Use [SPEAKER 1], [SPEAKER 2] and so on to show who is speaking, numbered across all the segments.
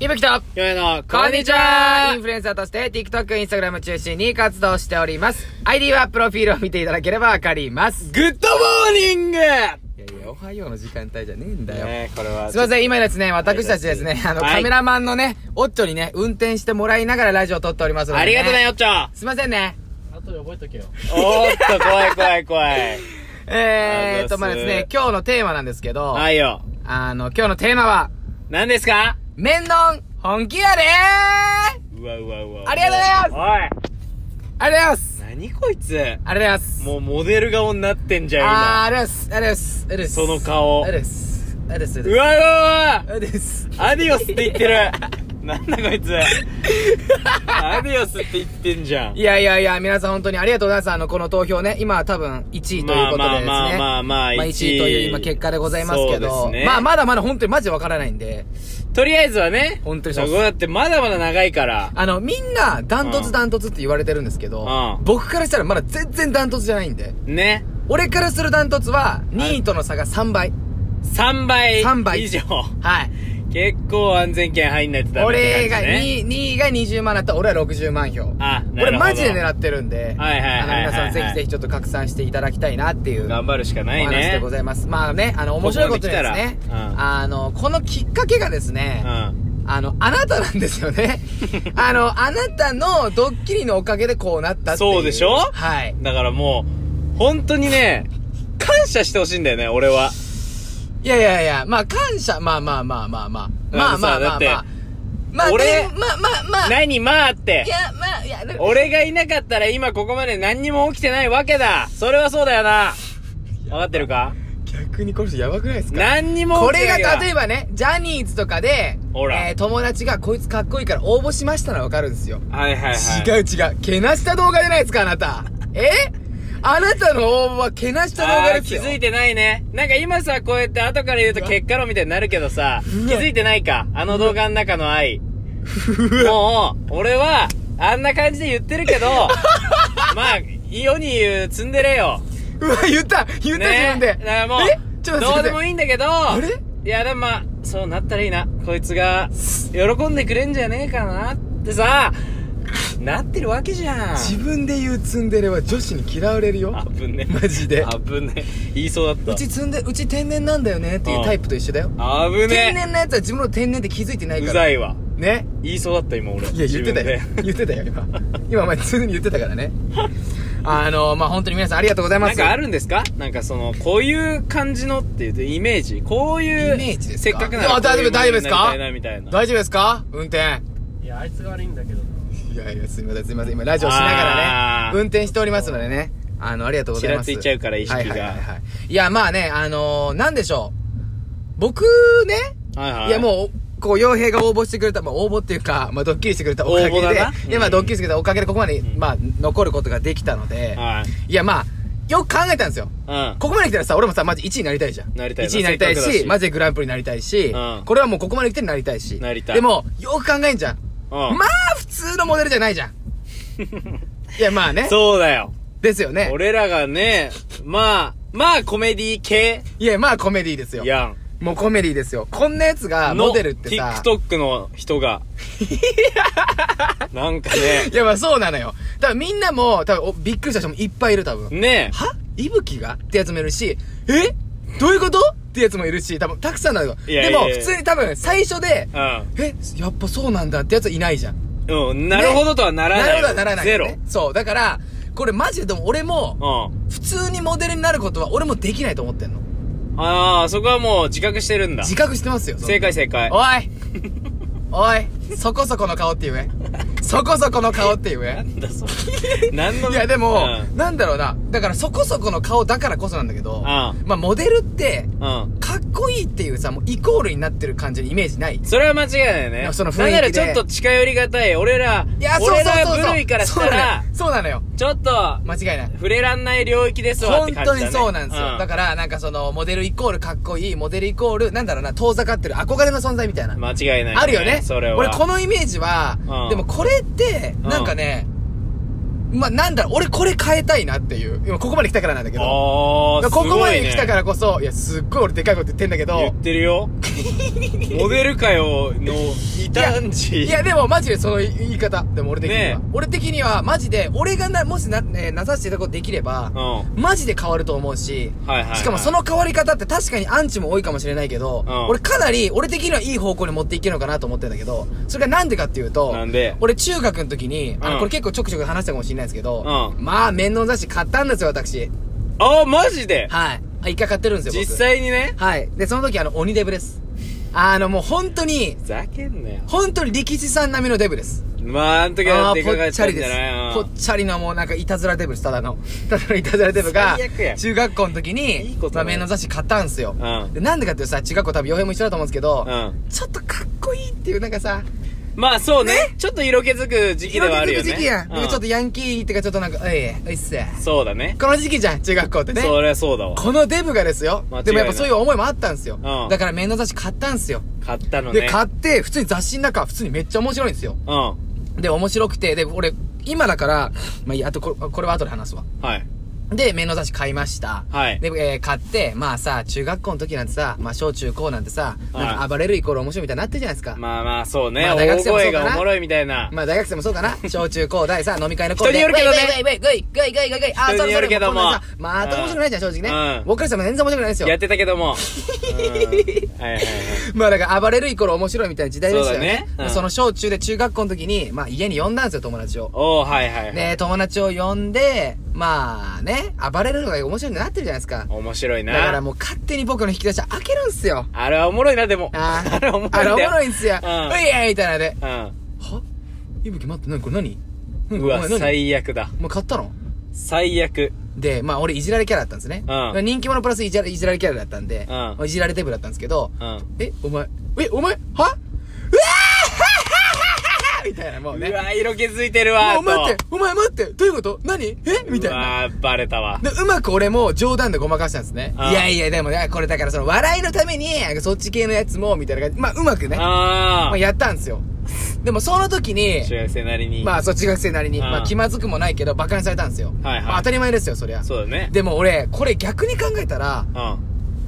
[SPEAKER 1] いぶきと、
[SPEAKER 2] よえの、
[SPEAKER 1] こんにちはインフルエンサーとして TikTok、Instagram を中心に活動しております。ID はプロフィールを見ていただければわかります。
[SPEAKER 2] グッドモーニングね
[SPEAKER 1] いやいや、おはようの時間帯じゃねえんだよ。
[SPEAKER 2] え、これは。
[SPEAKER 1] すいません、今ですね、私たちですね、あの、
[SPEAKER 2] はい
[SPEAKER 1] カメラマンのね、オッチョにね、運転してもらいながらラジオを撮っておりますので、
[SPEAKER 2] ありがとうね、。よっちょ
[SPEAKER 1] すいませんね。
[SPEAKER 2] おーっと、怖い怖い怖 い。
[SPEAKER 1] えーっ
[SPEAKER 2] ありがと
[SPEAKER 1] と、
[SPEAKER 2] う
[SPEAKER 1] ま
[SPEAKER 2] ご
[SPEAKER 1] あ
[SPEAKER 2] ざ
[SPEAKER 1] で
[SPEAKER 2] います
[SPEAKER 1] すね、今日のテーマなんですけど、
[SPEAKER 2] はいよ。
[SPEAKER 1] あの、今日のテーマは、
[SPEAKER 2] 何ですか
[SPEAKER 1] 麺の本気やでー
[SPEAKER 2] うわうわうわ。
[SPEAKER 1] ありがとうご
[SPEAKER 2] ざいます
[SPEAKER 1] ありがとうございます
[SPEAKER 2] おい何こいつ
[SPEAKER 1] ありがとうございます
[SPEAKER 2] もうモデル顔になってんじ
[SPEAKER 1] あー、
[SPEAKER 2] ゃ
[SPEAKER 1] あ
[SPEAKER 2] ん、
[SPEAKER 1] りがとうございますありがとうございますありがとうございます
[SPEAKER 2] その顔
[SPEAKER 1] ありがとうございますありがとうございうます
[SPEAKER 2] 今。わうわ
[SPEAKER 1] ありがと
[SPEAKER 2] うわ
[SPEAKER 1] うございます
[SPEAKER 2] アディオスって言ってる なんだこい つアディオスって言ってんじゃん。
[SPEAKER 1] いやいやいや、皆さん本当にありがとうございます。あの、この投票ね、今は多分1位ということでですね。
[SPEAKER 2] まあまあまあまあまあ
[SPEAKER 1] まあ1位という今結果でございますけ
[SPEAKER 2] そ
[SPEAKER 1] ど。
[SPEAKER 2] うですね
[SPEAKER 1] まあまだまだ本当にマジでわからないんで。
[SPEAKER 2] とりあえずはね、
[SPEAKER 1] 本当にそう
[SPEAKER 2] そ
[SPEAKER 1] です
[SPEAKER 2] こだってまだまだ長いから。
[SPEAKER 1] あの、みんな、ダント
[SPEAKER 2] う
[SPEAKER 1] ツ
[SPEAKER 2] ん
[SPEAKER 1] ダントツって言われてるんですけど、
[SPEAKER 2] うん
[SPEAKER 1] 僕からしたらまだ全然ダントツじゃないんで。
[SPEAKER 2] ね。
[SPEAKER 1] 俺からするダントツは、2位との差が3倍。
[SPEAKER 2] 3倍。
[SPEAKER 1] 3倍
[SPEAKER 2] 以上。
[SPEAKER 1] はい。
[SPEAKER 2] 結構安全圏入んないとダメって
[SPEAKER 1] 俺が
[SPEAKER 2] 感じね。
[SPEAKER 1] 2、2位が20万だったら俺は60万票。
[SPEAKER 2] あなるほど
[SPEAKER 1] 俺マジで狙ってるんで、
[SPEAKER 2] はいはいはいはいはい
[SPEAKER 1] あの皆さんぜひぜひちょっと拡散していただきたいなっていう。
[SPEAKER 2] 頑張るしかない
[SPEAKER 1] お話で
[SPEAKER 2] ね。
[SPEAKER 1] ございます。まあね、あの、面白いことにですね
[SPEAKER 2] ここまで来、たらうん
[SPEAKER 1] あの、このきっかけがですね、
[SPEAKER 2] うん。
[SPEAKER 1] あの、あなたなんですよ ね。あの、あなたのドッキリのおかげでこうなったっていう。
[SPEAKER 2] そうでしょ
[SPEAKER 1] はい。
[SPEAKER 2] だからもう、本当にね、感謝してほしいんだよね、俺は。
[SPEAKER 1] いやいやいや、まあ感謝、まあまあまあまあまあ。まあまあま
[SPEAKER 2] だ
[SPEAKER 1] あ
[SPEAKER 2] っ
[SPEAKER 1] ま
[SPEAKER 2] て
[SPEAKER 1] あ。まあ、
[SPEAKER 2] 俺
[SPEAKER 1] でまあまあまあ。い
[SPEAKER 2] 何、まあって。
[SPEAKER 1] や、まあ、いや、でも
[SPEAKER 2] 俺がいなかったら今ここまで何にも起きてないわけだ。それはそうだよな。わかってるか
[SPEAKER 1] 逆にこれやばくないです
[SPEAKER 2] 何にも
[SPEAKER 1] こ
[SPEAKER 2] 起き
[SPEAKER 1] れ
[SPEAKER 2] てな
[SPEAKER 1] が
[SPEAKER 2] いわけだ。
[SPEAKER 1] 例えばね、ジャニーズとかで、
[SPEAKER 2] ほら
[SPEAKER 1] えー友達がこいつかっこいいから応募しましたのはわかるんですよ。
[SPEAKER 2] はいはいはい。
[SPEAKER 1] 違う違う。けなした動画じゃないですか、あなた。えあなたの応募はけなした動
[SPEAKER 2] あ
[SPEAKER 1] 画
[SPEAKER 2] ー
[SPEAKER 1] です
[SPEAKER 2] 気
[SPEAKER 1] よ。
[SPEAKER 2] づいてないね。なんか今さ、こうやって後から言うと結果論みたいになるけどさ、気
[SPEAKER 1] うわ
[SPEAKER 2] づいてないかあの動画の中の愛。もう、俺は、あんな感じで言ってるけど、まあ、世に言うツンデレよ。
[SPEAKER 1] うわ、言った言った、自分で。
[SPEAKER 2] だからも
[SPEAKER 1] え
[SPEAKER 2] う、
[SPEAKER 1] ちょっと
[SPEAKER 2] ど
[SPEAKER 1] 待
[SPEAKER 2] う
[SPEAKER 1] ってくだ
[SPEAKER 2] でも
[SPEAKER 1] さい。
[SPEAKER 2] いいんだけど、
[SPEAKER 1] れ
[SPEAKER 2] いや、でもまあ、そうなったらいいな。こいつが、喜んでくれんじゃねえかなってさ、なってるわけじゃん。
[SPEAKER 1] 自分で言うツンデレは女子に嫌われるよ
[SPEAKER 2] あ。ぶね。
[SPEAKER 1] マジで。
[SPEAKER 2] あぶね。言いそうだ
[SPEAKER 1] う
[SPEAKER 2] っ
[SPEAKER 1] ちツンデレ、うち天然なんだよねっていうタイプと一緒だよ。
[SPEAKER 2] た。あぶ
[SPEAKER 1] 天
[SPEAKER 2] ね。
[SPEAKER 1] 然なやつは自分の天然って気づいてないうから。
[SPEAKER 2] ざいわ。
[SPEAKER 1] ね。
[SPEAKER 2] 言いそうだった今俺
[SPEAKER 1] いや、言ってたよ
[SPEAKER 2] 自分。
[SPEAKER 1] 言ってたよ、今。今、お前、すぐに言ってた からね。あの、まあ、本当に皆さんありがとうござい
[SPEAKER 2] で
[SPEAKER 1] ま
[SPEAKER 2] な
[SPEAKER 1] す。
[SPEAKER 2] んかあるんですかなんかそのこういう感じのっていうイメージこういう
[SPEAKER 1] イメージですか
[SPEAKER 2] せっかくな
[SPEAKER 1] あ
[SPEAKER 2] ら
[SPEAKER 1] 大丈夫
[SPEAKER 2] こういう
[SPEAKER 1] 大丈夫ですか
[SPEAKER 2] みたいなみたいな
[SPEAKER 1] 大丈夫ですか運転。
[SPEAKER 3] いやあいつが悪いんだけど
[SPEAKER 1] いやいや、すいません、すいません。今、ラジオしながらね
[SPEAKER 2] あ、ー
[SPEAKER 1] 運転しておりますのでね。あの、ありがとうございます。
[SPEAKER 2] ちらついちゃうから意識
[SPEAKER 1] は
[SPEAKER 2] が
[SPEAKER 1] いはいはいはい。いや、まあね、あのー、なんでしょう。僕ね、
[SPEAKER 2] はいはい
[SPEAKER 1] いやもう、こう、洋平が応募してくれた、まあ、応募っていうか、まあ、ドッキリしてくれたおかげ
[SPEAKER 2] 応募
[SPEAKER 1] で
[SPEAKER 2] だな、
[SPEAKER 1] で、ま
[SPEAKER 2] う
[SPEAKER 1] あ、
[SPEAKER 2] ん
[SPEAKER 1] ドッキリしてくれたおかげで、ここまで、
[SPEAKER 2] うん
[SPEAKER 1] まあ、残ることができたので、
[SPEAKER 2] はい
[SPEAKER 1] いや、まあ、よく考えたんですよ。
[SPEAKER 2] うん
[SPEAKER 1] ここまで来たらさ、俺もさ、マジ1位になりたいじゃん。
[SPEAKER 2] なりたいな
[SPEAKER 1] 1位になりたい
[SPEAKER 2] せっかくだ
[SPEAKER 1] し、
[SPEAKER 2] し
[SPEAKER 1] マジでグランプリになりたいし、
[SPEAKER 2] うん
[SPEAKER 1] これはもうここまで来てなりたいし。
[SPEAKER 2] なりたい
[SPEAKER 1] でも、よく考えんじゃん。
[SPEAKER 2] うん
[SPEAKER 1] まあ、普通のモデルじゃないじ ゃん。いや、まあね。
[SPEAKER 2] そうだよ
[SPEAKER 1] ですよね。
[SPEAKER 2] 俺らがねまあまあコメディ系
[SPEAKER 1] いや、まあコメディですよ。
[SPEAKER 2] やん
[SPEAKER 1] もうコメディですよ。こんなやつが、
[SPEAKER 2] の
[SPEAKER 1] モデルってさ。
[SPEAKER 2] TikTok の人がなんかね
[SPEAKER 1] いや、まあそうなのよ。多分みんなも、多分おびっくりした人もいっぱいいる、多分。
[SPEAKER 2] ね
[SPEAKER 1] は息吹がってやつもいるし、えどういうことってやつもいるし、多分たくさんなのよ。
[SPEAKER 2] いやいやいや
[SPEAKER 1] でも、普通に多分最初で、え、やっぱそうなんだってやつはいないじゃん。
[SPEAKER 2] うんうんなるほどとはならない
[SPEAKER 1] なるほどはならない、ね。
[SPEAKER 2] ゼロ
[SPEAKER 1] そう。だから、これマジででも俺も、
[SPEAKER 2] うん
[SPEAKER 1] 普通にモデルになることは俺もできないと思ってんの。
[SPEAKER 2] ああそこはもう自覚してるんだ
[SPEAKER 1] 自覚してますよ。その
[SPEAKER 2] 正解正解
[SPEAKER 1] おいおいそこそこの顔って言え。そこそこの顔って言
[SPEAKER 2] な
[SPEAKER 1] え。
[SPEAKER 2] んだそれ。何の。
[SPEAKER 1] いやでも、
[SPEAKER 2] う
[SPEAKER 1] なんだろうな。だからそこそこの顔だからこそなんだけど、
[SPEAKER 2] ん
[SPEAKER 1] まあモデルって、
[SPEAKER 2] ん。うん。
[SPEAKER 1] かっこいいっていうさ、もうイコールになってる感じのイメージない
[SPEAKER 2] それは間違いないよね。
[SPEAKER 1] その雰囲気で
[SPEAKER 2] なんならちょっと近寄りがたい。俺ら、
[SPEAKER 1] いや、そうそ
[SPEAKER 2] 俺
[SPEAKER 1] うそうそう。
[SPEAKER 2] ら部類からしたら、
[SPEAKER 1] そうなのよ。
[SPEAKER 2] ちょっ
[SPEAKER 1] そ
[SPEAKER 2] と、
[SPEAKER 1] うなのよ間違いない。
[SPEAKER 2] 触れらんない領域ですわっ
[SPEAKER 1] 本
[SPEAKER 2] て感じ
[SPEAKER 1] 当
[SPEAKER 2] だ、ね。
[SPEAKER 1] にそうなんですよ。だから、なんかその、モデルイコールかっこいい、モデルイコール、なんだろうな、遠ざかってる憧れの存在みたいな。
[SPEAKER 2] 間違いない、
[SPEAKER 1] あるよね。
[SPEAKER 2] それは。
[SPEAKER 1] 俺このイメージは、
[SPEAKER 2] うん
[SPEAKER 1] でもこれって、
[SPEAKER 2] うん
[SPEAKER 1] なんかね、まあ、なんだろう、俺これ変えたいなっていう。今ここまで来たからなんだけど。
[SPEAKER 2] あー、すご
[SPEAKER 1] こ
[SPEAKER 2] い、ね。
[SPEAKER 1] こまで来たからこそ、いや、すっごい俺でかいこと言ってんだけ
[SPEAKER 2] 言
[SPEAKER 1] ど
[SPEAKER 2] っ、て るよ。モデルかよの異端児。
[SPEAKER 1] いや、でもマジでその言い方。でも俺的には。
[SPEAKER 2] ねえ
[SPEAKER 1] 俺的には、マジで、俺がな、もしな、えーなさしていただくことできれば
[SPEAKER 2] うん。、はい
[SPEAKER 1] マジで変わると思うし、
[SPEAKER 2] はい、はい。
[SPEAKER 1] しかもそ、の変わり方って確かにアンチも多いかもしれないけど、
[SPEAKER 2] うん
[SPEAKER 1] 俺かなり、俺的にはいい方向に持っていけるのかなと思ってんだけど、それがなんでかっていうと、
[SPEAKER 2] なんで
[SPEAKER 1] 俺中学の時に、あの、
[SPEAKER 2] うん
[SPEAKER 1] これ結構ちょくちょく話したかもしれないですけど、
[SPEAKER 2] うん
[SPEAKER 1] まあ、面倒雑誌買ったんですよ、私。
[SPEAKER 2] あー、マジで
[SPEAKER 1] はい。あ一回買ってるんですよ、
[SPEAKER 2] 実
[SPEAKER 1] 僕。
[SPEAKER 2] 際にね。
[SPEAKER 1] はい。で、その時あの、鬼デブです。あの、もう本当に、
[SPEAKER 2] ふざけんなよ。
[SPEAKER 1] 本当に力士さん並みのデブです。
[SPEAKER 2] まあ、あの時
[SPEAKER 1] あ
[SPEAKER 2] は
[SPEAKER 1] あ
[SPEAKER 2] で
[SPEAKER 1] ー、ぽ
[SPEAKER 2] かか
[SPEAKER 1] っ
[SPEAKER 2] っ
[SPEAKER 1] ちゃ
[SPEAKER 2] た
[SPEAKER 1] り
[SPEAKER 2] んじ
[SPEAKER 1] で
[SPEAKER 2] ゃない
[SPEAKER 1] す。ぽ
[SPEAKER 2] うん
[SPEAKER 1] っちゃりのもうなんかいたずらデブです、ただの。ただのいたずらデブが
[SPEAKER 2] 最悪、や
[SPEAKER 1] 中学校の時に、
[SPEAKER 2] いいこと
[SPEAKER 1] ま
[SPEAKER 2] な
[SPEAKER 1] あ
[SPEAKER 2] い
[SPEAKER 1] 面の雑誌買ったんすよ。
[SPEAKER 2] うん
[SPEAKER 1] で、なんでかっていうとさ、中学校多分洋平も一緒だと思うんですけど、
[SPEAKER 2] うん。
[SPEAKER 1] ちょっとかっこいいっていうなんかさ、
[SPEAKER 2] まあ、そうねちょっと色気づく時期ではあるよ
[SPEAKER 1] 今出
[SPEAKER 2] ね。
[SPEAKER 1] てく時期やん。でもちょっと
[SPEAKER 2] と。
[SPEAKER 1] ヤンキーってかちょっとなんか、おい、おいっす。
[SPEAKER 2] そうだね。
[SPEAKER 1] この時期じゃん、中学校ってね。
[SPEAKER 2] そりゃそうだわ。
[SPEAKER 1] このデブがですよ
[SPEAKER 2] 間違いな。い
[SPEAKER 1] でもやっぱそういう思いもあったんですよ。
[SPEAKER 2] ん
[SPEAKER 1] だから面の雑誌買ったんすよ。
[SPEAKER 2] 買ったのね。
[SPEAKER 1] で、買って、普通に雑誌の中、普通にめっちゃ面白いんですよ。
[SPEAKER 2] うん。は
[SPEAKER 1] で、面白くて、で、俺、今だから、まあいいや、あとこれ、これは後で話すわ。
[SPEAKER 2] い。
[SPEAKER 1] で、面の雑誌買いました。
[SPEAKER 2] はい
[SPEAKER 1] で、えー買って、まあさ、中学校の時なんてさ、まあ小中高なんてさ、
[SPEAKER 2] はい
[SPEAKER 1] なんか暴れるイコール面白いみたいになってるじゃないですか。ま
[SPEAKER 2] まあまあ、そうね。
[SPEAKER 1] まあ大
[SPEAKER 2] 大
[SPEAKER 1] 学生もそ
[SPEAKER 2] 声
[SPEAKER 1] うかな
[SPEAKER 2] がおもろいみたいな。
[SPEAKER 1] あ、大学生もそう かな小中高大さ、飲み会の頃で。
[SPEAKER 2] 人によるけどね
[SPEAKER 1] ウェイウェイウェイウェイウェイウェイウェイウェイあー、
[SPEAKER 2] 人によるけども
[SPEAKER 1] そろそろこんなさまた面白くないじゃん、正直ね。
[SPEAKER 2] うん
[SPEAKER 1] 僕からしても全然面白くないですよ
[SPEAKER 2] やっ。てたけども。うんはいはいはい。
[SPEAKER 1] まあだから暴れるイコール面白いみたいな時代でしたよね。
[SPEAKER 2] そうだねうん
[SPEAKER 1] その小中で中学校の時に、まあ家に呼んだんですよ、友達を。
[SPEAKER 2] おー、はいはいはい。
[SPEAKER 1] で、友達を呼んで、まあね、暴れるのが面白いになってるじゃないですか。
[SPEAKER 2] 面白い
[SPEAKER 1] だから
[SPEAKER 2] な。
[SPEAKER 1] もう勝手に僕の引き出し開けるんすよ。
[SPEAKER 2] あれはおもろいな、でも。
[SPEAKER 1] あー
[SPEAKER 2] あれおもろいんだ
[SPEAKER 1] あれ
[SPEAKER 2] よ。
[SPEAKER 1] おもろいんすよ。う
[SPEAKER 2] う
[SPEAKER 1] い
[SPEAKER 2] ん
[SPEAKER 1] やみたいなので。
[SPEAKER 2] う
[SPEAKER 1] は伊吹待って、何これ何
[SPEAKER 2] ん。
[SPEAKER 1] 何
[SPEAKER 2] う
[SPEAKER 1] お
[SPEAKER 2] わ、
[SPEAKER 1] 前何
[SPEAKER 2] 最悪だ。
[SPEAKER 1] もう買ったの
[SPEAKER 2] 最悪。
[SPEAKER 1] で、まあ俺いじられキャラだったんですね。
[SPEAKER 2] うん
[SPEAKER 1] 人気者プラスいじられいじられキャラだったんで、
[SPEAKER 2] う
[SPEAKER 1] いじられデブだったんですけど、
[SPEAKER 2] うん。
[SPEAKER 1] え、お前、え、お前、はうわー みたいな、もうね。
[SPEAKER 2] うわ、色気づいてるわ。
[SPEAKER 1] もう待っ
[SPEAKER 2] と
[SPEAKER 1] て、お前待って、どういうこと何えみたいな。
[SPEAKER 2] うわ、バレたわ。
[SPEAKER 1] で、うまく俺も冗談でごまかしたんですね。い
[SPEAKER 2] ああ
[SPEAKER 1] やいや、でもね、これだからその笑いのために、なんかそっち系のやつも、みたいな感じ。まあ、うまくね、ま
[SPEAKER 2] あ
[SPEAKER 1] あ、やったんですよ。でもその時に
[SPEAKER 2] ー。、中学生なりに。
[SPEAKER 1] まあ、そう、中学生なりに、
[SPEAKER 2] ああ
[SPEAKER 1] まあ、気まずくもないけど、馬鹿にされたんですよ。
[SPEAKER 2] はいはい
[SPEAKER 1] まあ当たり前ですよ、そりゃ。
[SPEAKER 2] そうだね。
[SPEAKER 1] でも俺、これ逆に考えたら、
[SPEAKER 2] う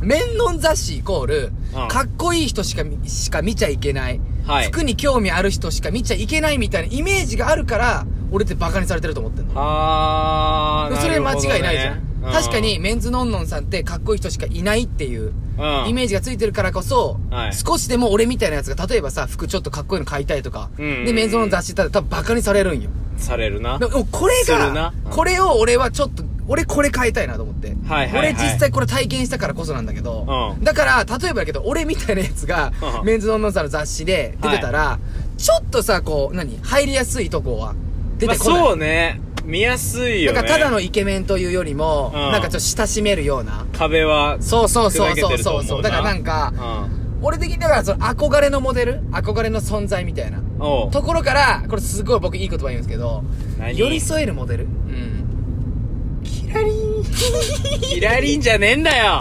[SPEAKER 2] ん。
[SPEAKER 1] 面の雑誌イコール、
[SPEAKER 2] ああ
[SPEAKER 1] かっこいい人しか見、しか見ちゃいけない。
[SPEAKER 2] はい
[SPEAKER 1] 服に興味ある人しか見ちゃいけないみたいなイメージがあるから、俺って馬鹿にされてると思ってんの。
[SPEAKER 2] あー。
[SPEAKER 1] それ間
[SPEAKER 2] るほどね
[SPEAKER 1] 違いないじゃん、
[SPEAKER 2] う
[SPEAKER 1] 確かにメンズノンノンさんってかっこいい人しかいないっていう
[SPEAKER 2] うん
[SPEAKER 1] イメージがついてるからこそ、
[SPEAKER 2] はい
[SPEAKER 1] 少しでも俺みたいなやつが例えばさ服ちょっとかっこいいの買いたいとか、
[SPEAKER 2] うんうんうん
[SPEAKER 1] でメンズノンノン雑誌行ったら多分バカにされるんよ
[SPEAKER 2] されるな
[SPEAKER 1] で。もこれ
[SPEAKER 2] する
[SPEAKER 1] が
[SPEAKER 2] なうん
[SPEAKER 1] これを俺はちょっと俺これ買いたいなと思って、
[SPEAKER 2] はいはいはい
[SPEAKER 1] 俺実際これ体験したからこそなんだけど、
[SPEAKER 2] うん
[SPEAKER 1] だから例えばだけど俺みたいなやつが、
[SPEAKER 2] うん
[SPEAKER 1] メンズノンノンさんの雑誌で出てたら、ちょっとさこう何入りやすいとこは出
[SPEAKER 2] まあ
[SPEAKER 1] てこない、
[SPEAKER 2] そうね。見やすいよね。
[SPEAKER 1] なんかただのイケメンというよりも、
[SPEAKER 2] うん
[SPEAKER 1] なんかちょっと親しめるような。
[SPEAKER 2] 壁は、
[SPEAKER 1] そうそうそう
[SPEAKER 2] 砕け
[SPEAKER 1] そ
[SPEAKER 2] て
[SPEAKER 1] う
[SPEAKER 2] ると
[SPEAKER 1] そ
[SPEAKER 2] 思
[SPEAKER 1] う
[SPEAKER 2] う
[SPEAKER 1] そう。だからなんか、俺的にだからその憧れのモデル憧れの存在みたいな。
[SPEAKER 2] うん。おう。
[SPEAKER 1] ところから、これすごい僕いい言葉言うんですけど、
[SPEAKER 2] 何
[SPEAKER 1] 寄り添えるモデルうん。キラリーン。
[SPEAKER 2] キラリンじゃねえんだよ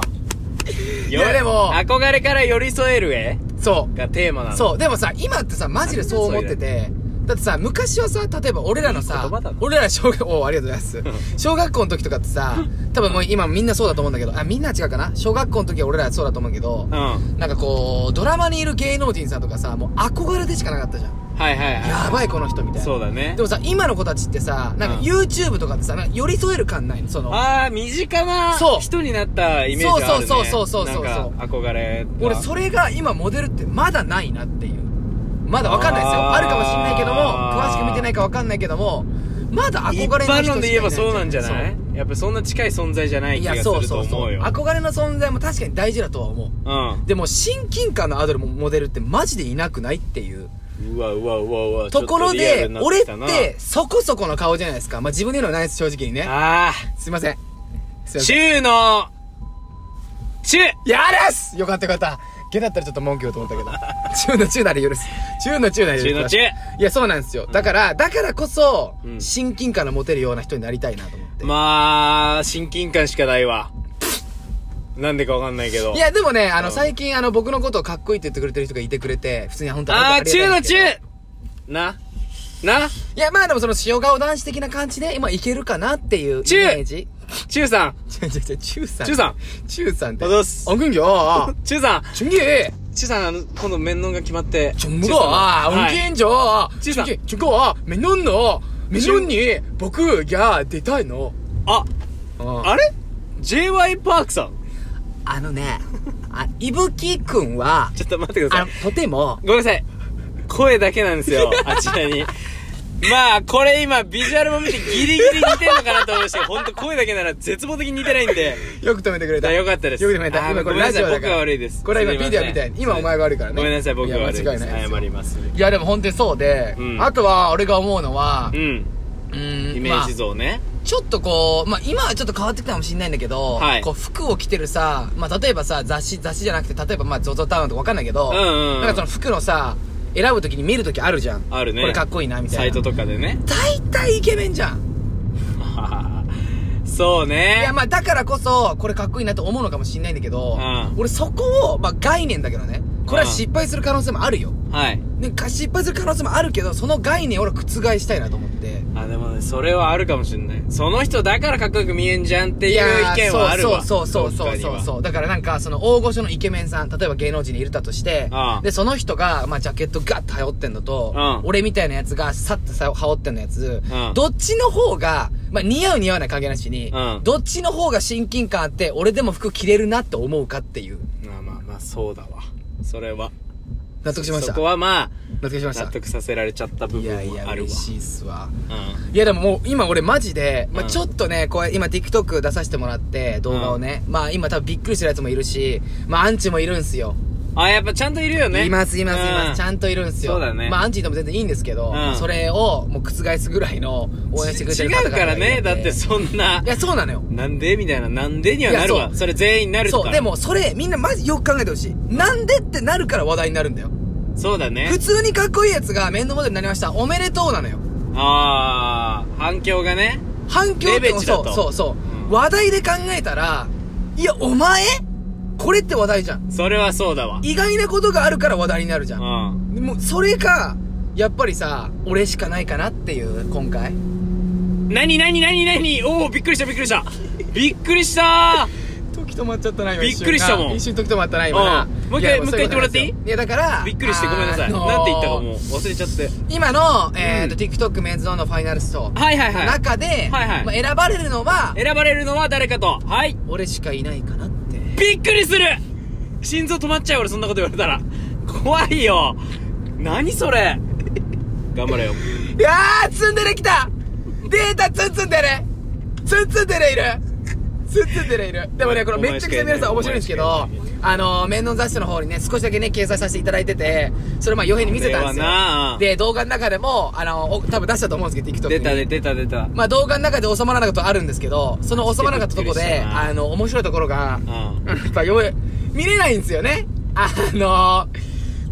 [SPEAKER 1] いやでも
[SPEAKER 2] 憧れから寄り添える絵
[SPEAKER 1] そ
[SPEAKER 2] がテーマな
[SPEAKER 1] う。
[SPEAKER 2] の。
[SPEAKER 1] そう。でもさ、今ってさ、マジでそう思ってて、だってさ、昔はさ、例えば俺らの
[SPEAKER 2] い
[SPEAKER 1] さ
[SPEAKER 2] い言葉だな、
[SPEAKER 1] 俺ら小学、おうありがとうござい ます。小学校の時とかってさ、多分もう今みんなそうだと思うんだけど、あ、みんなは違うかな小学校の時は俺らそうだと思うけど、
[SPEAKER 2] うん。はい
[SPEAKER 1] なんかこう、ドラマにいる芸能人さんとかさ、もう憧れでしかなかったじゃん。
[SPEAKER 2] はいは
[SPEAKER 1] やばいこの人みたい
[SPEAKER 2] い。
[SPEAKER 1] な。
[SPEAKER 2] そうだね
[SPEAKER 1] で。もさ、今の子たちってさ、なんか
[SPEAKER 2] うん
[SPEAKER 1] YouTube とかってさ、なんか寄り添える感ないのその、
[SPEAKER 2] ああ、身近な
[SPEAKER 1] そう
[SPEAKER 2] 人になったイメージがあるね。
[SPEAKER 1] そうそうそうそうそうそう
[SPEAKER 2] なんか憧れが。
[SPEAKER 1] 俺それが今モデルってまだないなっていう。まだわかんないですよ。
[SPEAKER 2] あー
[SPEAKER 1] あるかもしんないけども、詳しく見てないかわかんないけども、まだ
[SPEAKER 2] 一
[SPEAKER 1] 憧れの人しかいない
[SPEAKER 2] 般論で言えばそうなんじゃな
[SPEAKER 1] そ
[SPEAKER 2] いやっぱそんな近い存在じゃな
[SPEAKER 1] う
[SPEAKER 2] い
[SPEAKER 1] い
[SPEAKER 2] 気が
[SPEAKER 1] や、
[SPEAKER 2] す
[SPEAKER 1] そう
[SPEAKER 2] ると
[SPEAKER 1] そう
[SPEAKER 2] 思
[SPEAKER 1] そうう。
[SPEAKER 2] よ。
[SPEAKER 1] 憧れの存在も確かに大事だとは思う。
[SPEAKER 2] う
[SPEAKER 1] でも親近感のアドルもモデルってマジでいなくないっていう。
[SPEAKER 2] ん。うわうわうわうわ。
[SPEAKER 1] ところ
[SPEAKER 2] ちょっとリア
[SPEAKER 1] で
[SPEAKER 2] ルに、な
[SPEAKER 1] 俺
[SPEAKER 2] て
[SPEAKER 1] っ
[SPEAKER 2] きたな
[SPEAKER 1] て、そこそこの顔じゃないですか。まあ、自分で言うのはないです、正直にね。
[SPEAKER 2] あ
[SPEAKER 1] すいません。すいませ
[SPEAKER 2] あ、
[SPEAKER 1] ん。
[SPEAKER 2] 中の、中
[SPEAKER 1] やですよかったよかった。ゲだったらちょっと文句言おうと思 ったけど。中の中なら許す。中の中なら許す。
[SPEAKER 2] 中の中
[SPEAKER 1] いや、そうなんですよ。だから、だからこそ、
[SPEAKER 2] うん
[SPEAKER 1] 親近感の持てるような人になりたいなと思って。
[SPEAKER 2] まあ、親近感しかないわ。なんでかわかんないけど。
[SPEAKER 1] いや、でもね、あ
[SPEAKER 2] う
[SPEAKER 1] の、
[SPEAKER 2] ん
[SPEAKER 1] 最近、あの、僕のことをかっこいいって言ってくれてる人がいてくれて、普通に本当に
[SPEAKER 2] あ
[SPEAKER 1] あり
[SPEAKER 2] ー、
[SPEAKER 1] がたい
[SPEAKER 2] 中
[SPEAKER 1] ん
[SPEAKER 2] の
[SPEAKER 1] ですけど。
[SPEAKER 2] 中な。ない
[SPEAKER 1] や、まあでもその塩顔男子的な感じで、今いけるかなっていうイ
[SPEAKER 2] チュー
[SPEAKER 1] メージ。
[SPEAKER 2] チュウさん。
[SPEAKER 1] ちょちょちょ、中さん。
[SPEAKER 2] チュウ
[SPEAKER 1] ん。中さ
[SPEAKER 2] さん。
[SPEAKER 1] んって。
[SPEAKER 2] あざっす
[SPEAKER 1] あ、くんぎょあ あ。
[SPEAKER 2] チュウさん。
[SPEAKER 1] ちゅんぎ
[SPEAKER 2] チュウさん、あの、今度面談が決まって。
[SPEAKER 1] ちょんご
[SPEAKER 2] チュウさんの
[SPEAKER 1] ああ、うん
[SPEAKER 2] は
[SPEAKER 1] け
[SPEAKER 2] い
[SPEAKER 1] んじょああ。
[SPEAKER 2] チュウさん
[SPEAKER 1] ちゅんげちゅんごああ。めのんの、めのんに、僕、ぎゃ、出たいの。
[SPEAKER 2] あ、
[SPEAKER 1] あ
[SPEAKER 2] あれ ?JY パークさん。
[SPEAKER 1] あのね、あ、いぶきくんは、
[SPEAKER 2] ちょっと待ってくだ
[SPEAKER 1] あ
[SPEAKER 2] さ
[SPEAKER 1] の
[SPEAKER 2] い。、
[SPEAKER 1] とても、
[SPEAKER 2] ごめんなさい。声だけなんですよ、あちらに。まあ、これ今、ビジュアルも見てギリギリ似てるのかなと思いましたけど、ほんと声だけなら絶望的に似てないんで。
[SPEAKER 1] よく止めてくれ
[SPEAKER 2] だ
[SPEAKER 1] た。
[SPEAKER 2] よかったです。
[SPEAKER 1] よく止めてくれ
[SPEAKER 2] あ
[SPEAKER 1] た。
[SPEAKER 2] ー
[SPEAKER 1] 今こ
[SPEAKER 2] ごめ
[SPEAKER 1] れ
[SPEAKER 2] ん
[SPEAKER 1] ラジ
[SPEAKER 2] なさい
[SPEAKER 1] オだ
[SPEAKER 2] 僕
[SPEAKER 1] か
[SPEAKER 2] が
[SPEAKER 1] ら。
[SPEAKER 2] 悪いです。
[SPEAKER 1] これ今
[SPEAKER 2] すいま
[SPEAKER 1] ビ
[SPEAKER 2] せん
[SPEAKER 1] デオみたいに。今お前が悪いからね。
[SPEAKER 2] ごめんなさい、僕が悪いです。
[SPEAKER 1] や間違いないですよ
[SPEAKER 2] 謝ります。
[SPEAKER 1] いやでも本当にそうで、
[SPEAKER 2] うん
[SPEAKER 1] あとは俺が思うのは
[SPEAKER 2] う、ん。
[SPEAKER 1] うーん
[SPEAKER 2] イメージ像ね。
[SPEAKER 1] まあちょっとこう、まあ今はちょっと変わってきたかもしんないんだけど、
[SPEAKER 2] はい
[SPEAKER 1] こう服を着てるさ、まあ例えばさ、雑誌、雑誌じゃなくて、例えばまあ ZOZO タウンとかわかんないけど、
[SPEAKER 2] うんうんうん
[SPEAKER 1] なんかその服のさ、選ぶときに見るときあるじゃん。
[SPEAKER 2] あるね
[SPEAKER 1] これかっこいいな、みたいな。
[SPEAKER 2] サイトとかでね。
[SPEAKER 1] 大体イケメンじゃん。
[SPEAKER 2] そうね。
[SPEAKER 1] いやまあだからこそ、これかっこいいなと思うのかもしんないんだけど、
[SPEAKER 2] うん
[SPEAKER 1] 俺そこを、まあ概念だけどね、これは失敗する可能性もあるよ。
[SPEAKER 2] はい。
[SPEAKER 1] ね、か失敗する可能性もあるけど、その概念を俺は覆したいなと思って。
[SPEAKER 2] あ、でもね、それはあるかもしれない。その人だからかっこよく見えんじゃんっていう意見はあるわ。
[SPEAKER 1] そうそうそうそうそう
[SPEAKER 2] う。
[SPEAKER 1] そうだからなんかその大御所のイケメンさん例えば芸能人にいるだとして
[SPEAKER 2] ああ
[SPEAKER 1] でその人が、まあ、ジャケットガッと羽織ってんのと、
[SPEAKER 2] うん
[SPEAKER 1] 俺みたいなやつがさっとさ羽織ってんのやつ、
[SPEAKER 2] うん
[SPEAKER 1] どっちの方が、まあ、似合う似合わない関係なしに、
[SPEAKER 2] うん
[SPEAKER 1] どっちの方が親近感あって俺でも服着れるなって思うかっていう
[SPEAKER 2] まあまあまあ、そうだわ。それは。
[SPEAKER 1] 納得しました
[SPEAKER 2] そこはまあ、
[SPEAKER 1] 納得しまし
[SPEAKER 2] 納
[SPEAKER 1] た
[SPEAKER 2] 得させられちゃった部
[SPEAKER 1] いやい
[SPEAKER 2] 分
[SPEAKER 1] や
[SPEAKER 2] もあるわ。
[SPEAKER 1] 嬉しいっすわ
[SPEAKER 2] うん。
[SPEAKER 1] いやでももう今俺マジで、まあ、
[SPEAKER 2] うん
[SPEAKER 1] ちょっとね、こう今 TikTok 出させてもらって動画をね、まあ今多分びっくりしてるやつもいるし、まあアンチもいるんすよ。
[SPEAKER 2] あ、やっぱちゃんといるよね。
[SPEAKER 1] いますいますいます、
[SPEAKER 2] うん
[SPEAKER 1] ちゃんといるんすよ。
[SPEAKER 2] そうだね
[SPEAKER 1] まあアンチでも全然いいんですけど、
[SPEAKER 2] うん
[SPEAKER 1] それをもう覆すぐらいの応援してくれてる方
[SPEAKER 2] 違
[SPEAKER 1] 々
[SPEAKER 2] うから
[SPEAKER 1] がいる
[SPEAKER 2] ね。
[SPEAKER 1] んで
[SPEAKER 2] だってそんな。
[SPEAKER 1] いや、そうなのよ。
[SPEAKER 2] なんでみたいな、なんでにはなる
[SPEAKER 1] いや
[SPEAKER 2] わ。
[SPEAKER 1] そ
[SPEAKER 2] そうれ全員なるから。
[SPEAKER 1] そう、で。もそれみんなマジよく考えてほしい。なんでってなるから話題になるんだよ。
[SPEAKER 2] そうだね
[SPEAKER 1] 普。通にかっこいいやつが面倒モデルになりました。おめでとうなのよ。
[SPEAKER 2] あー、反響がね。
[SPEAKER 1] 反響って
[SPEAKER 2] レベチだ
[SPEAKER 1] そう
[SPEAKER 2] と
[SPEAKER 1] そうそう、
[SPEAKER 2] うん
[SPEAKER 1] 話題で考えたら、いや、お前これって話題じゃん。
[SPEAKER 2] それはそうだわ。
[SPEAKER 1] 意外なことがあるから話題になるじゃん。
[SPEAKER 2] う
[SPEAKER 1] でも、それか、やっぱりさ、俺しかないかなっていう、今回。
[SPEAKER 2] ん。なになになになにおー、びっくりしたびっくりした。びっくりした
[SPEAKER 1] 時止まっちゃったな、今
[SPEAKER 2] びっくりした
[SPEAKER 1] 一
[SPEAKER 2] もん
[SPEAKER 1] 瞬な一瞬時止まったな、今な。
[SPEAKER 2] うんもう一回
[SPEAKER 1] いや
[SPEAKER 2] もう一回言ってもらっていい
[SPEAKER 1] そううことなんですよいや、だから。
[SPEAKER 2] びっくりしてごめんなさい。
[SPEAKER 1] あのー
[SPEAKER 2] なんて言ったかもう忘れちゃって。
[SPEAKER 1] 今の、えっと、TikTok メンズノンのファイナルスト
[SPEAKER 2] はいはいはい。
[SPEAKER 1] 中で、
[SPEAKER 2] はいはい
[SPEAKER 1] まあ選ばれるのは、
[SPEAKER 2] 選ばれるのは誰かと。はい。
[SPEAKER 1] 俺しかいないかなって。
[SPEAKER 2] びっくりする心臓止まっちゃう俺そんなこと言われたら。怖いよ。何それ。頑張れよ。
[SPEAKER 1] いやー、ツンデレ来たデータツンツンデレツンツンデレいるツンツンデレいるでもね、これめっちゃくちゃ皆さん面白いんですけど、あのー、面の雑誌の方にね、少しだけね、掲載させていただいてて、それまあ、傭兵に見せたんですよ
[SPEAKER 2] これはなあ。
[SPEAKER 1] で、動画の中でも、あのー、お多分出したと思うんですけど、TikTok に。
[SPEAKER 2] 出たね出た出た。
[SPEAKER 1] まあ、動画の中で収まらなかったことあるんですけど、その収まらなかったとこ
[SPEAKER 2] びっくり
[SPEAKER 1] で、
[SPEAKER 2] したな
[SPEAKER 1] あの、面白いところが、
[SPEAKER 2] うん。
[SPEAKER 1] やっぱ傭兵、見れないんですよね。あの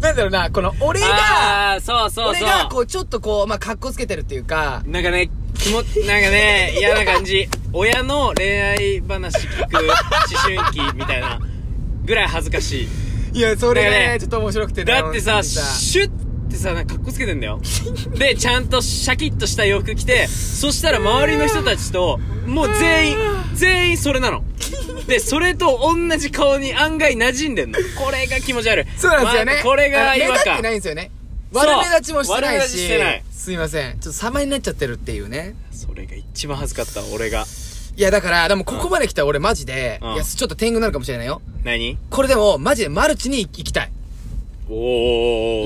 [SPEAKER 1] ー、なんだろうな、この、俺が、
[SPEAKER 2] あー、そうそう
[SPEAKER 1] 俺
[SPEAKER 2] そう。
[SPEAKER 1] がこうちょっとこうまあ格好つけてるっていうか
[SPEAKER 2] なんかね、気持ち、なんかね、嫌な感じ。親の恋愛話聞く思春期みたいなぐらい恥ずかしい。
[SPEAKER 1] いやそれがね
[SPEAKER 2] だよね
[SPEAKER 1] ちょっと面白くてね
[SPEAKER 2] だってさ、
[SPEAKER 1] 本当に
[SPEAKER 2] シュッってさ、なんかかっこつけてんだよ。で、ちゃんとシャキッとした洋服着て、そしたら周りの人たちと、もう全員、全員それなの。で、それと同じ顔に案外馴染んでんの。これが気持ち悪い。
[SPEAKER 1] そうなんですよね、
[SPEAKER 2] まあこれが違
[SPEAKER 1] 目
[SPEAKER 2] 和
[SPEAKER 1] 立っ
[SPEAKER 2] 感
[SPEAKER 1] てないんですよね
[SPEAKER 2] そう
[SPEAKER 1] 悪目立ちもしてない
[SPEAKER 2] 悪目
[SPEAKER 1] し
[SPEAKER 2] 立ちしてない
[SPEAKER 1] すいませんちょっと様になっちゃってるっていうね
[SPEAKER 2] それが一番恥ずかった、俺が。
[SPEAKER 1] いやだからでもここまで来たら俺マジで、
[SPEAKER 2] うん
[SPEAKER 1] いやちょっと天狗になるかもしれないよ
[SPEAKER 2] 何
[SPEAKER 1] これでもマジでマルチに行きたい
[SPEAKER 2] おーお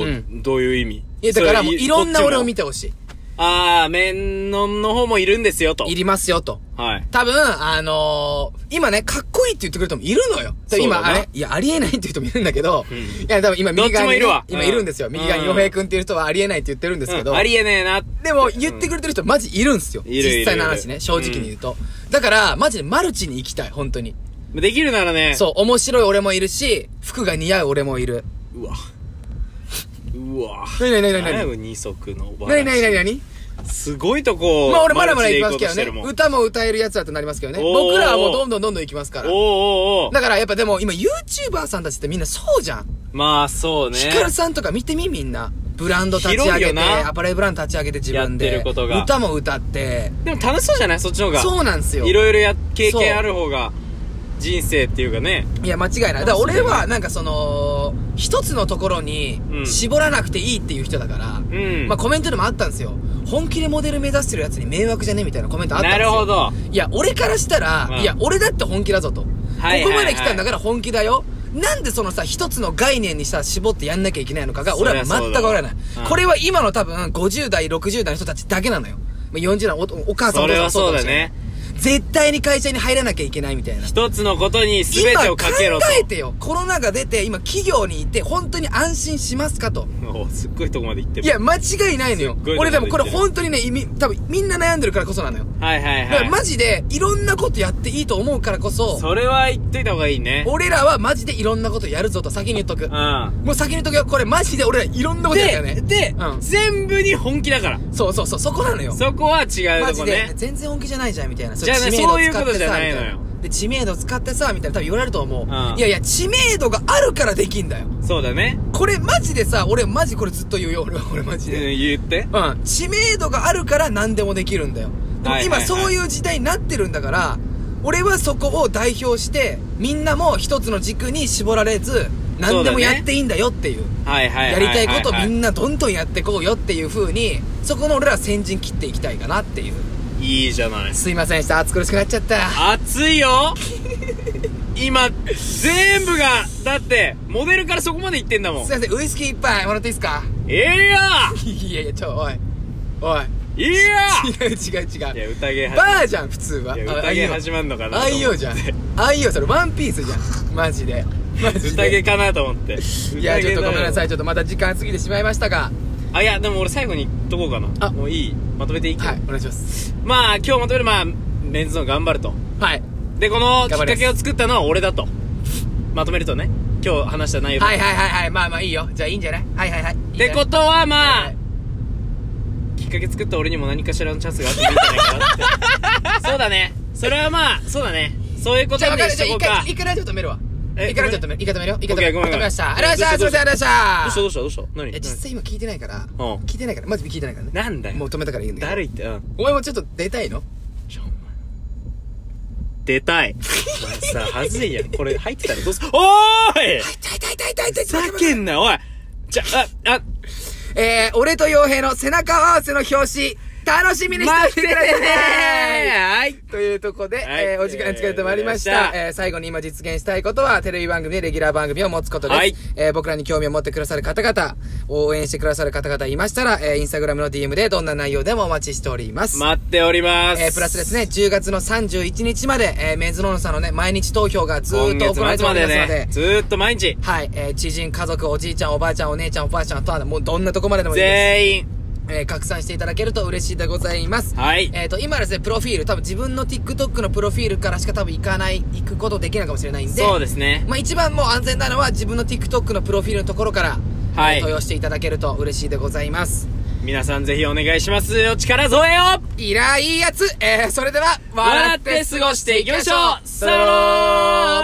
[SPEAKER 2] ーおー、
[SPEAKER 1] う
[SPEAKER 2] どういう意味
[SPEAKER 1] いやだからもう
[SPEAKER 2] それ
[SPEAKER 1] いろんな俺を見
[SPEAKER 2] こ
[SPEAKER 1] てほし
[SPEAKER 2] っちもああ、面のの方もいるんですよ、と
[SPEAKER 1] い。い。りますよと
[SPEAKER 2] はい。
[SPEAKER 1] 多分、あのー、今ね、かっこいいって言ってくれる人もいるのよ。多分
[SPEAKER 2] そう
[SPEAKER 1] 今、
[SPEAKER 2] だ
[SPEAKER 1] あ
[SPEAKER 2] な
[SPEAKER 1] れいや、ありえないって言う人もいるんだけど、
[SPEAKER 2] うん
[SPEAKER 1] いや、多分今、右
[SPEAKER 2] どっち
[SPEAKER 1] 側
[SPEAKER 2] も
[SPEAKER 1] に、
[SPEAKER 2] いるわ
[SPEAKER 1] 今
[SPEAKER 2] うん
[SPEAKER 1] いるんですよ。右側に、
[SPEAKER 2] うん
[SPEAKER 1] 洋平くんっていう人はありえないって言ってるんですけど、
[SPEAKER 2] うんありえねえな。
[SPEAKER 1] でも、言ってくれてる人マジいるんすよ。
[SPEAKER 2] いるいる
[SPEAKER 1] 実際の話
[SPEAKER 2] い
[SPEAKER 1] ね、
[SPEAKER 2] る
[SPEAKER 1] 正直に言うと。だから、マジでマルチに行きたい、本当に。
[SPEAKER 2] できるならね。
[SPEAKER 1] そう、面白い俺もいるし、服が似合う俺もいる。
[SPEAKER 2] うわ。うわ。
[SPEAKER 1] なになになにな
[SPEAKER 2] 何
[SPEAKER 1] に
[SPEAKER 2] よ二足のおば
[SPEAKER 1] なになになになに
[SPEAKER 2] すごいとこ
[SPEAKER 1] まあ俺まだまだ行きますけど
[SPEAKER 2] マルチで行こうとしてる
[SPEAKER 1] ね。
[SPEAKER 2] もん
[SPEAKER 1] 歌も歌えるやつだとなりますけどね。
[SPEAKER 2] おー
[SPEAKER 1] 僕らはもうどんどんどんどん行きますから。
[SPEAKER 2] おーおーおー
[SPEAKER 1] だからやっぱでも今 YouTuber さんたちってみんなそうじゃん。
[SPEAKER 2] まあそうね。
[SPEAKER 1] ヒカルさんとか見てみみんな。ブランド立ち上
[SPEAKER 2] 広い
[SPEAKER 1] げ
[SPEAKER 2] よ
[SPEAKER 1] て、
[SPEAKER 2] な
[SPEAKER 1] アパレルブランド立ち上げて自分
[SPEAKER 2] やっ
[SPEAKER 1] で
[SPEAKER 2] てることが
[SPEAKER 1] 歌も歌って、
[SPEAKER 2] でも楽しそうじゃないそっちの方が。
[SPEAKER 1] そうなんですよ。
[SPEAKER 2] いろいろや、経
[SPEAKER 1] そう
[SPEAKER 2] 験ある方が、人生っていうかね。
[SPEAKER 1] いや、間違いない。だから俺は、なんかその、一つのところに
[SPEAKER 2] うん
[SPEAKER 1] 絞らなくていいっていう人だから、
[SPEAKER 2] うん。
[SPEAKER 1] まあコメントでもあったんですよ。本気でモデル目指してるやつに迷惑じゃねみたいなコメントあったんで
[SPEAKER 2] な
[SPEAKER 1] す
[SPEAKER 2] る
[SPEAKER 1] よ。
[SPEAKER 2] ほ。ど。
[SPEAKER 1] いや、俺からしたら、
[SPEAKER 2] うん
[SPEAKER 1] いや、俺だって本気だぞと。
[SPEAKER 2] はいはいはい
[SPEAKER 1] ここまで来たんだから本気だよ。なんでそのさ、一つの概念にさ、絞ってやんなきゃいけないのかが、
[SPEAKER 2] そり
[SPEAKER 1] 俺
[SPEAKER 2] ゃ
[SPEAKER 1] は全くわからない。
[SPEAKER 2] そうだうん
[SPEAKER 1] これは今の多分、50代、60代の人たちだけなのよ。まあ40代のおお母さん
[SPEAKER 2] そ
[SPEAKER 1] お父
[SPEAKER 2] れ
[SPEAKER 1] さん
[SPEAKER 2] はそう
[SPEAKER 1] かも
[SPEAKER 2] だ
[SPEAKER 1] しれない
[SPEAKER 2] ね。
[SPEAKER 1] 絶対に会社に入らなきゃいけないみたいな。
[SPEAKER 2] 一つのことに全てをかけろと
[SPEAKER 1] 今。考えてよ。コロナが出て、今企業にいて、本当に安心しますかと。
[SPEAKER 2] おすっごいとこまで行ってる。
[SPEAKER 1] いや、間違いないのよ
[SPEAKER 2] すっご
[SPEAKER 1] 俺
[SPEAKER 2] い。とこまで
[SPEAKER 1] でもこれ
[SPEAKER 2] 行ってる
[SPEAKER 1] 本当にね、意味多分みんな悩んでるからこそなのよ。
[SPEAKER 2] はいはい
[SPEAKER 1] だか
[SPEAKER 2] は
[SPEAKER 1] ら
[SPEAKER 2] い。
[SPEAKER 1] マジで、いろんなことやっていいと思うからこそ、
[SPEAKER 2] それは言っといた方がいいね。
[SPEAKER 1] 俺らはマジでいろんなことやるぞと先に言っとく。
[SPEAKER 2] う
[SPEAKER 1] もう先に言っとくよ。これマジで俺らいろんなことやるから
[SPEAKER 2] で、
[SPEAKER 1] ね。
[SPEAKER 2] で、
[SPEAKER 1] うん
[SPEAKER 2] 全部に本気だから。
[SPEAKER 1] そうそうそう、そこなのよ。
[SPEAKER 2] そこは違う
[SPEAKER 1] マ
[SPEAKER 2] と
[SPEAKER 1] ジ
[SPEAKER 2] こ
[SPEAKER 1] で
[SPEAKER 2] ね、。
[SPEAKER 1] 全然本気じゃないじゃん、みたいな。
[SPEAKER 2] じゃあ
[SPEAKER 1] 知
[SPEAKER 2] ね
[SPEAKER 1] 名度
[SPEAKER 2] そういう
[SPEAKER 1] 使って
[SPEAKER 2] ことじゃ
[SPEAKER 1] さ
[SPEAKER 2] ないのよ
[SPEAKER 1] みたなで、知名度使ってさ、みたいな多分言われると思う。
[SPEAKER 2] ん
[SPEAKER 1] いやいや、知名度があるからできんだよ。
[SPEAKER 2] そうだね。
[SPEAKER 1] これマジでさ、俺マジこれずっと言うよ、俺は、俺マジで。
[SPEAKER 2] うん言って。
[SPEAKER 1] うん。知名度があるから何でもできるんだよ。でも
[SPEAKER 2] はいはい
[SPEAKER 1] 今
[SPEAKER 2] はい
[SPEAKER 1] そういう時代になってるんだから、俺はそこを代表して、みんなも一つの軸に絞られず、何でもやっていいんだよっていう。
[SPEAKER 2] はいは
[SPEAKER 1] や
[SPEAKER 2] いはい
[SPEAKER 1] り
[SPEAKER 2] は
[SPEAKER 1] たいことをみ
[SPEAKER 2] なん
[SPEAKER 1] などんどんやってこうよっていう風に、そこの俺ら先陣切っていきたいかなっていう。
[SPEAKER 2] いいじゃない
[SPEAKER 1] すいませんでした。暑苦しくなっちゃった。
[SPEAKER 2] 熱い よ今全部がだってモデルからそこまで行ってんだもん
[SPEAKER 1] すいません、ウイスキー一杯もらっていいですか
[SPEAKER 2] いや
[SPEAKER 1] いやいや、ちょ、おい。おい。
[SPEAKER 2] いや
[SPEAKER 1] 違う違う違。
[SPEAKER 2] いう や宴
[SPEAKER 1] バ
[SPEAKER 2] は
[SPEAKER 1] ーじゃん、普通は。
[SPEAKER 2] いや宴始まんのかな
[SPEAKER 1] あいよじゃん。あいよ、それワンピースじゃん。マジで。マジ
[SPEAKER 2] 宴
[SPEAKER 1] で。
[SPEAKER 2] かなと思って
[SPEAKER 1] いや、ちょっとごめんなさ
[SPEAKER 2] い
[SPEAKER 1] い。ちょっとまた時間過ぎてしまいましたが。
[SPEAKER 2] あいやでも俺最後に言っとこうかな
[SPEAKER 1] あ
[SPEAKER 2] もういいまとめていい、
[SPEAKER 1] はい、お願いします。
[SPEAKER 2] まあ今日まとめるまあメンズの頑張ると
[SPEAKER 1] はい。
[SPEAKER 2] でこのきっ
[SPEAKER 1] 頑張ります
[SPEAKER 2] かけを作ったのは俺だとまとめるとね今日話した内容だと
[SPEAKER 1] はいはいはいはい。まあまあいいよ。じゃあいいんじゃないはいはいはい。いいね
[SPEAKER 2] ってことはまあ、
[SPEAKER 1] はいはい
[SPEAKER 2] きっかけ作った俺にも何かしらのチャンスがあってもいいんじゃないかなっ てそうだねそれはまあそうだねそういうこ
[SPEAKER 1] じゃあ
[SPEAKER 2] と
[SPEAKER 1] 分かる。
[SPEAKER 2] でし
[SPEAKER 1] じゃ
[SPEAKER 2] と
[SPEAKER 1] あ
[SPEAKER 2] こう
[SPEAKER 1] 一
[SPEAKER 2] か
[SPEAKER 1] 回、一回ラジオ止めるわ。
[SPEAKER 2] え
[SPEAKER 1] 一回ラジオ止める。一回止めるよ。一回
[SPEAKER 2] オッケー
[SPEAKER 1] 止
[SPEAKER 2] ご
[SPEAKER 1] め
[SPEAKER 2] め
[SPEAKER 1] る。止
[SPEAKER 2] んごめん
[SPEAKER 1] めました。ありがとうございました。すいません、ありがとうござい
[SPEAKER 2] ど
[SPEAKER 1] ま
[SPEAKER 2] うしたどう
[SPEAKER 1] し
[SPEAKER 2] したどうした何
[SPEAKER 1] た。いや、実際今聞いてないから。
[SPEAKER 2] ん
[SPEAKER 1] 聞いてないから。マジで聞いてないからね。
[SPEAKER 2] なんだよ
[SPEAKER 1] もう止めたからいいんだけ
[SPEAKER 2] 誰言ってうん
[SPEAKER 1] ど。お前もちょっと出たいの
[SPEAKER 2] ちょお前出たいお前さはずいやんこれ入ってたらどうすおーい
[SPEAKER 1] 痛い痛い痛い痛い痛い
[SPEAKER 2] ふざけんなおいじゃああ
[SPEAKER 1] えー、俺と洋平の背中合わせの表紙、楽しみにしておいてくださいね
[SPEAKER 2] はい
[SPEAKER 1] というとこで、
[SPEAKER 2] はい
[SPEAKER 1] えーお時間に疲れてまいりまし
[SPEAKER 2] えーあ
[SPEAKER 1] た
[SPEAKER 2] りがとうございま。した
[SPEAKER 1] えー最後に今実現したいことは、テレビ番組でレギュラー番組を持つことです。
[SPEAKER 2] はい
[SPEAKER 1] えー僕らに興味を持ってくださる方々、応援してくださる方々いましたら、えーインスタグラムの DM でどんな内容でもお待ちしております。
[SPEAKER 2] 待っております
[SPEAKER 1] えープラスですね、10月の31日まで、えーメンズノンさんのね、毎日投票がずーっと行わ
[SPEAKER 2] 今
[SPEAKER 1] れて
[SPEAKER 2] 月
[SPEAKER 1] お
[SPEAKER 2] 末ま
[SPEAKER 1] り
[SPEAKER 2] で
[SPEAKER 1] ますので、
[SPEAKER 2] ねずーっと毎日
[SPEAKER 1] はい、えー知人、家族、おじいちゃん、おばあちゃん、お姉ちゃん、おばあちゃん、とは、もうどんなとこまででもいいです。
[SPEAKER 2] 全員
[SPEAKER 1] えー拡散していただけると嬉しいでございます。
[SPEAKER 2] はい
[SPEAKER 1] えっ、と、今ですね、プロフィール、多分自分の TikTok のプロフィールからしか多分行かない、行くことできないかもしれないんで。
[SPEAKER 2] そうですね
[SPEAKER 1] まあ一番もう安全なのは自分の TikTok のプロフィールのところから、
[SPEAKER 2] はい
[SPEAKER 1] えー投与していただけると嬉しいでございます。
[SPEAKER 2] 皆さんぜひお願いしますよ力添えを
[SPEAKER 1] いらいいやつえー、それでは、
[SPEAKER 2] 笑って過ごしていきましょうさよなら